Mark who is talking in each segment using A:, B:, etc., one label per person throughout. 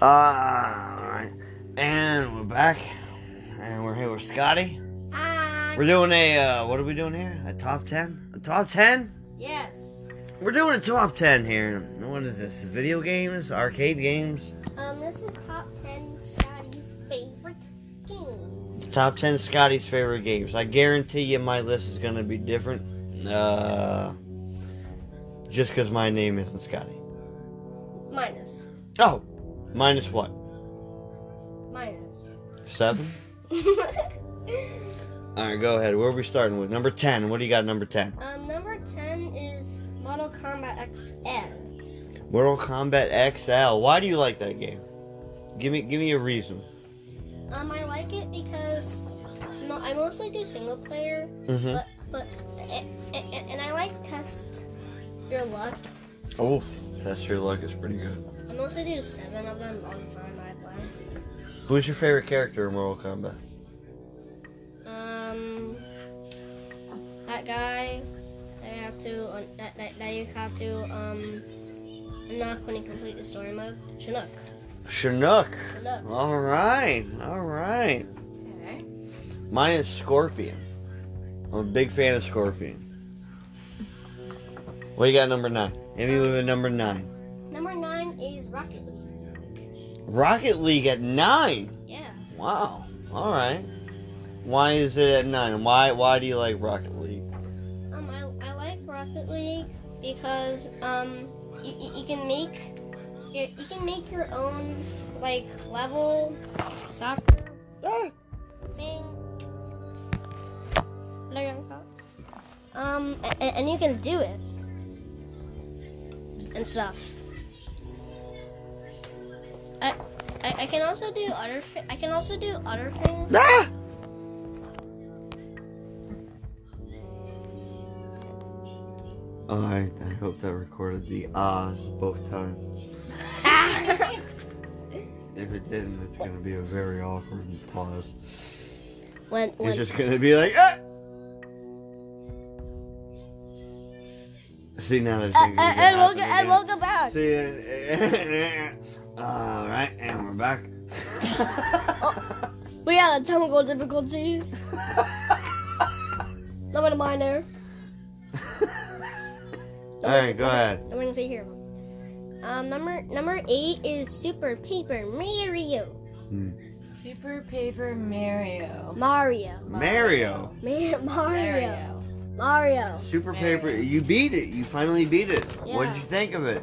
A: Alright. Uh, And we're back. And we're here with Scotty.
B: Hi.
A: We're doing a, uh, what are we doing here? A top 10? A top 10?
B: Yes.
A: We're doing a top 10 here. What is this? Video games? Arcade games?
B: Um, this is top 10 Scotty's favorite game.
A: Top 10 Scotty's favorite games. I guarantee you my list is going to be different. Uh, just because my name isn't Scotty.
B: Minus.
A: Oh, minus what?
B: Minus.
A: Seven? All right, go ahead. Where are we starting with? Number 10. What do you got, number 10?
B: um, number 10 is Model Combat XL.
A: Mortal Kombat XL. Why do you like that game? Give me give me a reason.
B: Um, I like it because mo- I mostly do single player,
A: Mm-hmm.
B: but, but, and, and I like test your luck.
A: Oh, that's your luck is pretty good.
B: I mostly do seven of them all the time I play.
A: Who's your favorite character in Mortal Kombat?
B: Um, that guy that you have to uh, that, that, that you have to um knock when you complete the story mode. Chinook.
A: Chinook.
B: Chinook.
A: All right, all right.
B: Okay.
A: Mine is Scorpion. I'm a big fan of Scorpion. What do you got, number nine? Hit me with a number nine.
B: Number nine is Rocket League.
A: Rocket League at nine.
B: Yeah.
A: Wow. All right. Why is it at nine? Why why do you like Rocket League?
B: Um, I, I like Rocket League because um you, you, you can make you, you can make your own like level soccer
A: Ah,
B: main. Um, a- a- and you can do it and stuff. I, I, I can also do other thi- I can also do other things.
A: ah! All right. I hope that recorded the ahs both times. If it didn't, it's gonna be a very awkward pause.
B: when when
A: It's just gonna be like, ah! See now that's
B: uh, uh, and we'll go and we'll go back.
A: See, and- all right, and we're back.
B: We had a technical difficulty. No one minor.
A: all right, go ahead.
B: I'm gonna say here. Um, number number eight is Super Paper Mario.
C: Super Paper Mario.
B: Mario.
A: Mario.
B: Mar- Mario. Mario.
A: Super Paper. You beat it. You finally beat it. What
B: Yeah.
A: did you think of it?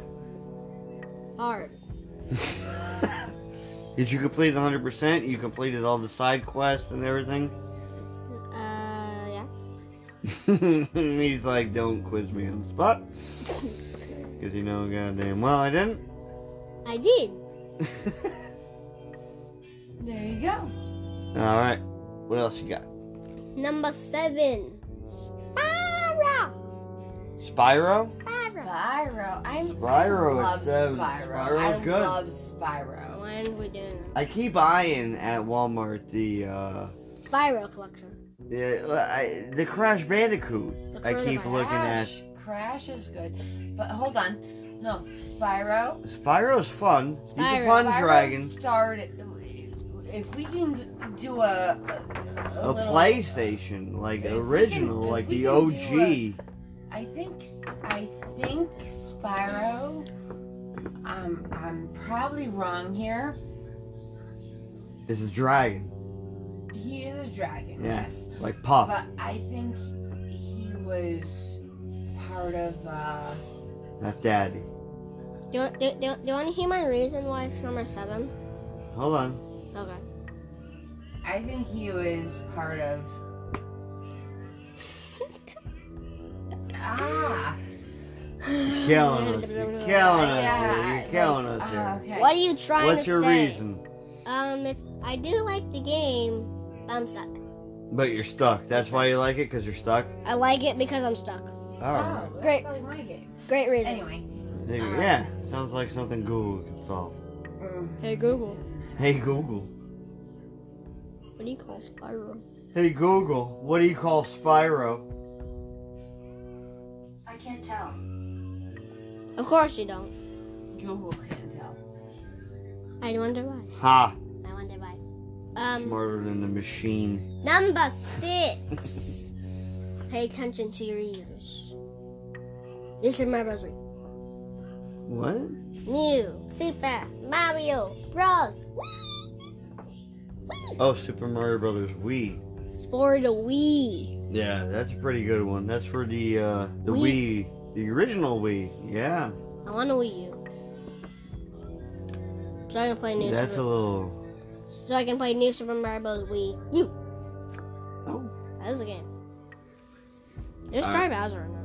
B: Hard.
A: Did you complete 100%? You completed all the side quests and everything?
B: Uh, yeah.
A: He's like, don't quiz me on the spot. Because you know goddamn well I didn't.
B: I did.
C: There you go.
A: Alright. What else you got?
B: Number seven. Spyro. Spyro.
A: Spyro?
C: Spyro. I'm,
A: Spyro
C: I
A: is
C: love
A: seven.
C: Spyro.
A: Spyro's
C: I
A: good.
C: love Spyro.
B: When are we doing that?
A: I keep eyeing at Walmart the uh
B: Spyro collection.
A: the, I, the Crash Bandicoot.
B: The
A: I keep
B: coronavirus.
A: looking at
C: Crash. Crash is good. But hold on. No, Spyro.
A: Spyro's fun. He's a
B: Spyro.
A: fun
C: Spyro
A: dragon.
C: started. If we can do a. A,
A: A
C: little-
A: PlayStation, like
C: If we can-
A: original,
C: if
A: like
C: we
A: the
C: can do
A: OG.
C: a- I think. I think Spyro. Um, I'm probably wrong here.
A: It's a dragon,
C: He is a dragon.
A: Yeah.
C: Yes.
A: like Puff.
C: But I think he was part of. Uh,
A: Not daddy.
B: Do you, do, do, do you want to hear my reason why it's number seven?
A: Hold on.
B: Okay.
C: I think he was part of. ah,
A: Killing us. You're killing us.
C: yeah.
A: You're killing
C: like,
A: us here.
C: ah, okay.
B: What are you trying
A: What's
B: to
A: your
B: say?
A: reason?
B: Um, it's I do like the game. But I'm stuck.
A: But you're stuck. That's why you like it, because you're stuck?
B: I like it because I'm stuck.
C: Oh,
A: Alright.
C: that's
B: Great.
C: like my game.
B: Great reason.
C: Anyway.
A: Nigga, Yeah, sounds like something Google can solve.
B: Hey Google,
A: Hey Google.
B: what do you call Spyro?
A: Hey Google, what do you call Spyro?
C: I can't tell.
B: Of course you don't.
C: Google can't tell.
B: I wonder why.
A: Ha!
B: I wonder why. Um,
A: Smarter than the machine.
B: number six. Pay attention to your ears. This is my rosary.
A: What?
B: New Super Mario Bros.
A: Oh, Super Mario Brothers Wii.
B: It's for the Wii.
A: Yeah, that's a pretty good one. That's for the uh, the
B: Wii.
A: Wii. the original Wii. Yeah,
B: I want a Wii U. So I can play New
A: that's a
B: Super.
A: little.
B: So I can play New Super Mario Bros. Wii U.
A: Oh,
B: That is a game. There's
A: All
B: Try Bowser in it.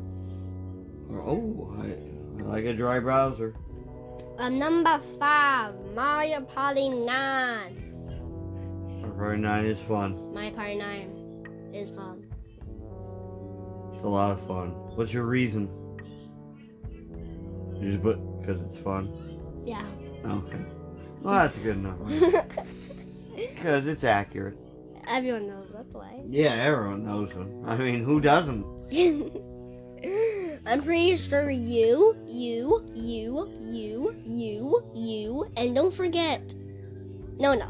A: oh, I, I like a dry browser.
B: Uh, number five, Mario Party 9.
A: Mario Nine is fun.
B: My Party 9 is fun.
A: It's a lot of fun. What's your reason? You just put because it's fun.
B: Yeah.
A: Okay. Well, that's good enough. Because it's accurate.
B: Everyone knows that play.
A: Yeah, everyone knows them. I mean, who doesn't?
B: I'm pretty sure you, you, you, you, you, you, and don't forget. No, no.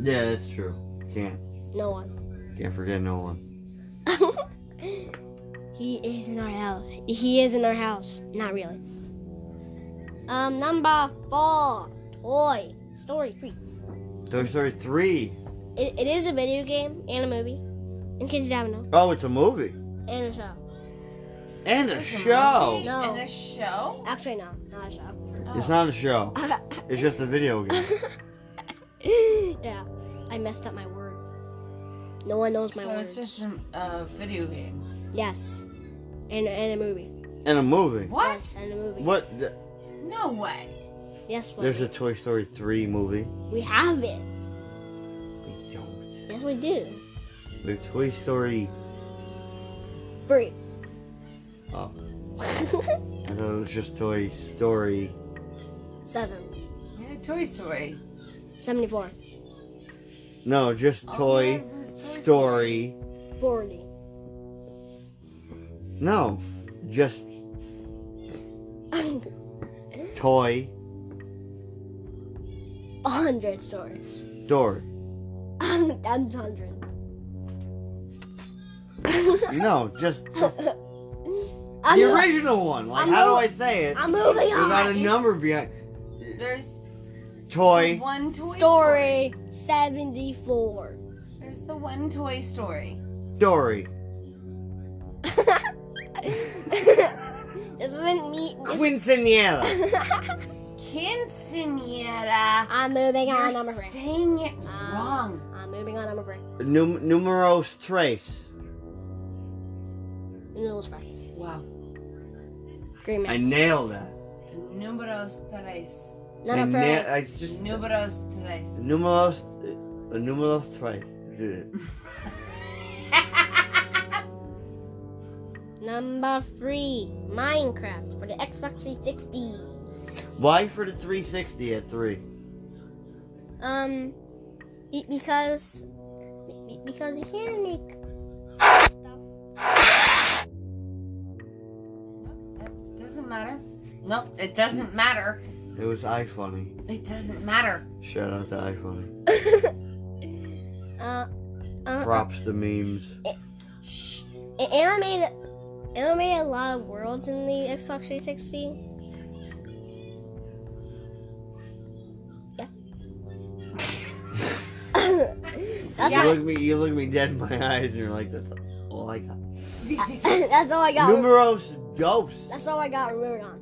A: Yeah, that's true. Can't
B: No one.
A: can't forget no one.
B: he is in our house. He is in our house. Not really. Um, number four, Toy Story 3.
A: Toy Story Three.
B: It, it is a video game and a movie. In case you haven't know.
A: Oh, it's a movie.
B: And a show.
A: And a
C: There's a
A: show.
C: movie
B: No.
C: And a show?
B: Actually, no, not a show.
A: It's not a show.
B: Oh.
A: It's just a video game.
B: yeah, I messed up my word. No one knows my
C: so
B: word.
C: it's just a uh, video game.
B: Yes. And, and a movie.
A: And a movie.
C: What?
B: Yes, and a movie.
A: What? th-
C: No way.
B: Yes, what?
A: There's a Toy Story 3 movie.
B: we have it.
A: We don't.
B: Yes, we do.
A: The Toy Story.
B: Three.
A: Oh. I thought it was just Toy Story.
B: Seven.
C: Yeah, Toy Story.
B: 74.
A: No, just
C: Oh, yeah,
A: Toy
C: it was Toy
A: Story.
B: 40.
A: No, just Toy
B: 100 stories.
A: Story.
B: That's 100.
A: No, just
B: I'm,
A: the original one. Like,
B: I'm
A: how do
B: mo-
A: I say it?
B: I'm moving on.
A: Without a number behind.
C: There's the
A: Toy.
C: one Toy Story.
B: Story 74.
C: There's the one Toy Story.
A: Story.
B: this isn't me. this-
A: Quinceanera.
C: Quinceanera.
B: I'm moving
C: You're
B: on number three.
C: saying it
B: Um,
C: wrong.
B: I'm moving on number three.
A: Num- numeros tres.
B: Vanilla Express.
C: Wow.
B: Green
A: I
B: Man.
A: nailed that.
C: Numeros tres.
A: I,
B: number
A: na-
B: three.
A: I just
C: Numeros tres.
A: numeros uh, numeros tres. Uh,
B: Number three. Minecraft for the Xbox 360.
A: Why for the 360 at three?
B: Um, be- because be- because you can't make stuff.
C: It doesn't matter. Nope, it doesn't matter.
A: It was iFunny.
C: It doesn't matter.
A: Shout out to iFunny.
B: Uh, uh,
A: Props to memes.
C: Shh.
B: a- and I made and I made a lot of worlds in the Xbox 360. Yeah. That's
A: you
B: all,
A: look me, you look me dead in my eyes, and you're like, that's all I got.
C: Uh,
B: that's all I got.
A: Numeros dos.
B: That's all I got remembered on.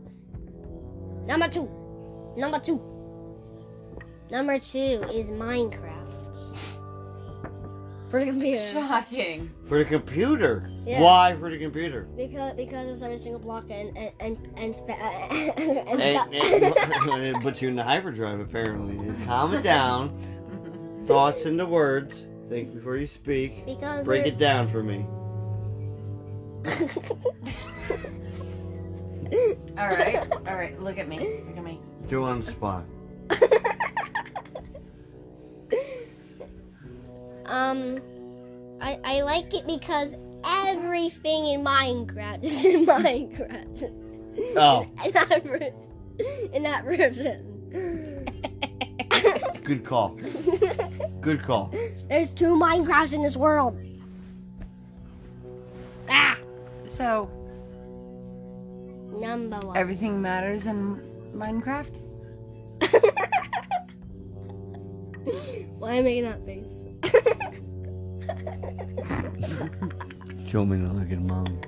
B: Number two. Number two. Number two is Minecraft. For the computer.
C: Shocking.
A: For the computer.
B: Yeah.
A: Why for the computer?
B: Because because it's every single block and and and and, spa- and, and,
A: And, and, it puts you in the hyperdrive, apparently. Calm it down. Thoughts into words. Think before you speak.
B: because
A: Break
B: you're-
A: it down for me.
C: All right, all right. Look at me. Look at me.
A: Do on the spot.
B: um I I like it because everything in Minecraft is in Minecraft.
A: Oh,
B: in that ver- in that version.
A: Good call. Good call.
B: There's two Minecrafts in this world. Ah!
C: So
B: Number one.
C: everything matters in Minecraft.
B: Why am I making that face?
A: Show me to look at mom.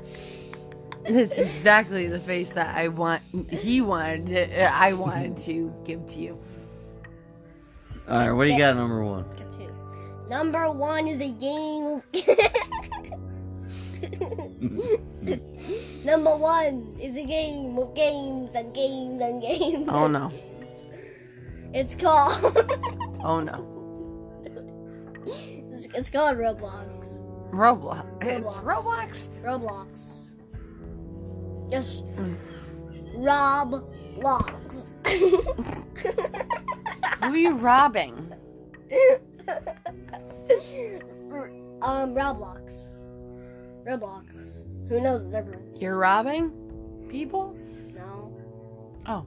C: That's exactly the face that I want. He wanted. To, I wanted to give to you.
A: All right, what do you got, number one?
B: Got two. Number one is a game. Number one is a game of games and games and games.
C: Oh no.
B: It's called.
C: Oh no.
B: it's, it's called Roblox.
C: Roblox. It's Roblox.
B: Roblox. Just
C: Mm.
B: Roblox.
C: Who are you robbing?
B: um, Roblox. Roblox. Who knows the difference?
C: You're robbing people.
B: No.
C: Oh.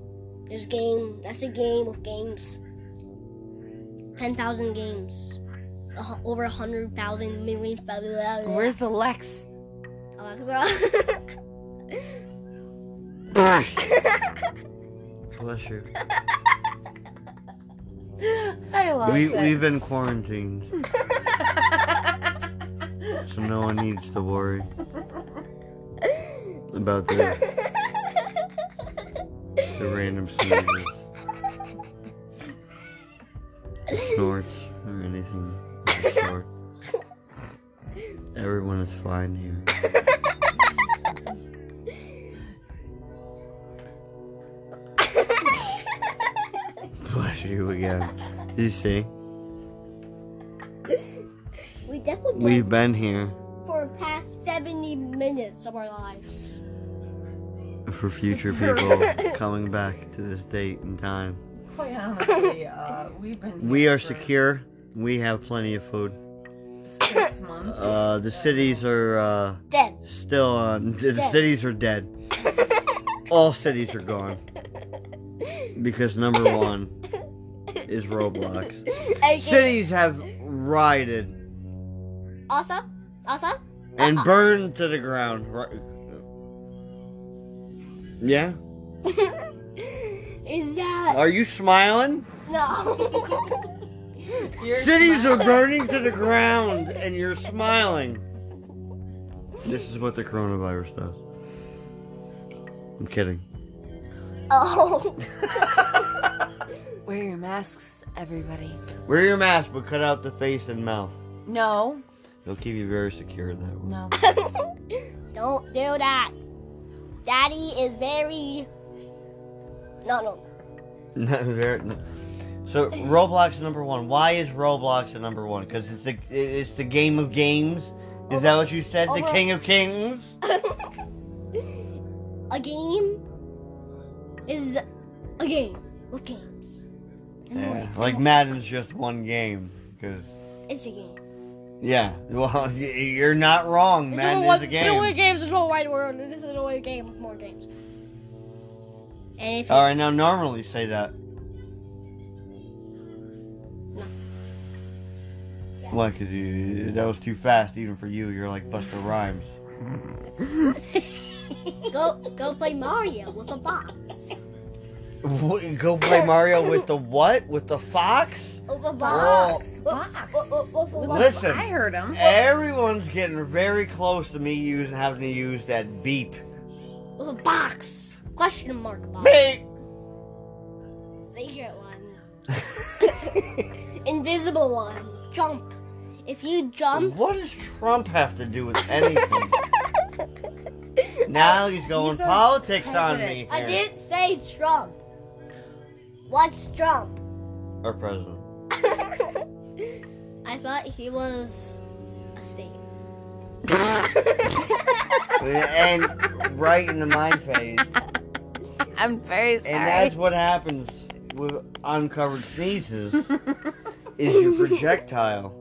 B: There's a game. That's a game of games. Ten thousand games. A hu- Over a hundred thousand million. Blah, blah, blah, blah.
C: Where's the Lex?
B: Alexa?
A: Bless you.
C: I love
A: We,
C: it.
A: we've been quarantined, so no one needs to worry about the, the random sneezes, snorts, or anything. of the sort. Everyone is fine here. Bless you again. You see,
B: we definitely
A: we've been here
B: for the past 70 minutes of our lives.
A: for future people coming back to this date and time.
C: Quite honestly, uh, we've been.
A: We
C: here
A: are
C: for
A: secure. We have plenty of food.
C: Six months.
A: Uh, the cities are uh,
B: Dead.
A: still on. The
B: Dead.
A: cities are dead. All cities are gone. Because number one is Roblox.
B: Okay.
A: Cities have rioted
B: Also, also,
A: and burned to the ground. Ri- Yeah?
B: is that
A: Are you smiling?
B: no?
C: You're
A: cities
C: smiling.
A: are burning to the ground and you're smiling. This is what the coronavirus does. I'm kidding.
B: oh,
C: Wear your masks, everybody.
A: Wear your mask, but cut out the face and mouth.
C: No,
A: It'll keep you very secure that way.
C: no.
B: don't do that. Daddy is very. No, no.
A: Not very. no. So Roblox number one. Why is Roblox the number one? Because it's the it's the game of games. Is that what you said? The
B: Over-
A: king of kings.
B: A game is a game of games. And
A: Yeah.
B: like,
A: Like Madden's just one game. Because
B: it's a game.
A: yeah, well y- you're not wrong.
B: There's
A: Madden
B: only one
A: is a game.
B: billion games in the whole wide world, and this is only a game with more games. And if you
A: All right, now normally say that. Why? Because that was too fast, even for you. You're like Buster Rhymes.
B: go go play Mario with a box,
A: Wh- Go play Mario with the what? With the fox?
B: with a
A: Box,
B: box,
C: box.
B: With- with- with a box.
A: Listen.
C: I heard him.
A: Everyone's getting very close to me using having to use that beep.
B: with a box. Question mark box.
A: Beep.
B: Secret one, invisible one. Jump. If you jump,
A: what does Trump have to do with anything? now he's going
C: He's our
A: politics on me.
C: president.
B: I
A: here.
B: didn't say Trump. What's Trump?
A: Our president.
B: I thought he was a state.
A: and right into my face.
C: I'm very sorry.
A: And that's what happens with uncovered sneezes is your projectile.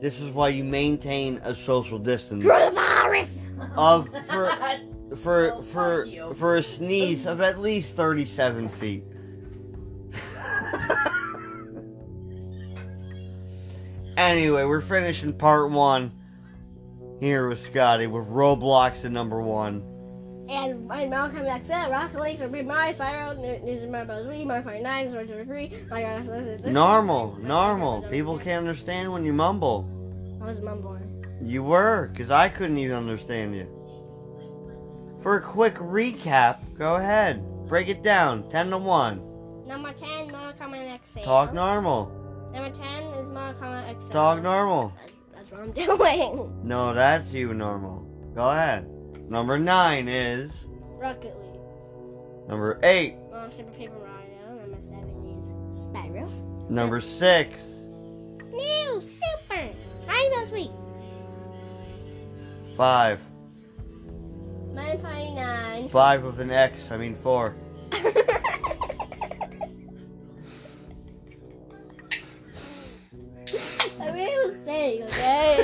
A: This is why you maintain a social distance
B: Coronavirus.
A: of Uh, for for
C: Oh,
A: for
C: fuck you.
A: for a sneeze of at least 37 feet. Anyway, we're finishing part one here with Scotty with Roblox the number one.
B: And my Malcolm X, that Rocket League, Super Mario, Spyro, News and Marbles, Wii, Mario 49, Sword Sword 3, my God, this is this.
A: Normal, normal. People can't understand when you mumble.
B: I was mumbling.
A: You were, 'cause I couldn't even understand you. For a quick recap, go ahead. Break it down. 10 to 1.
B: Number 10, Mortal Kombat X. Sale.
A: Talk normal.
B: Number 10 is Mortal Kombat X. Sale.
A: Talk normal.
B: That's, that's what I'm doing.
A: No, that's you normal. Go ahead. Number 9 is.
B: Rocket League,
A: Number 8.
B: um, Super Paper Mario, number 7 is Spyro.
A: Number 6.
B: New Super Rainbow Sweet.
A: 5.
B: Mario 49.
A: 5 with an X. I mean 4.
B: I really was saying,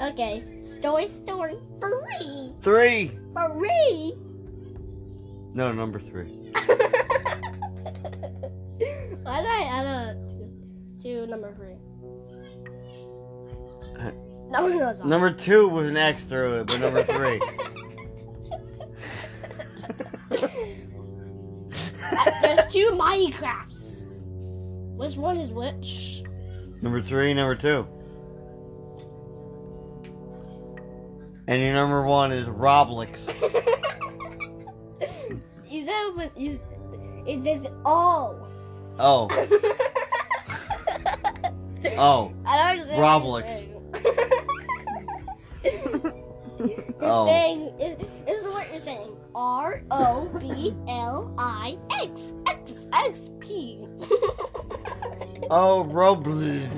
B: okay? okay, Story Story Free!
A: 3.
B: Free!
A: No, number 3.
B: Why did I add a to, to number three? No, no, it's not.
A: Number 2 with an X through it, but number 3.
B: There's two Minecrafts. Which one is which?
A: Number three, number two. And your number one is Roblox.
B: Is that what is? It says all.
A: Oh,
B: I don't
A: oh,
B: understand.
A: Roblox.
B: Oh.
A: oh.
B: Saying it- this is what you're saying. R O B L I X X X P.
A: Oh, Roblox.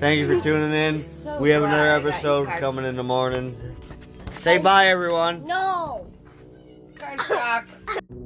A: Thank you for tuning in.
C: So
A: We have
C: glad
A: another
C: I got you
A: episode
C: cards.
A: coming in the morning. Say bye, everyone.
B: No.
C: Card stock.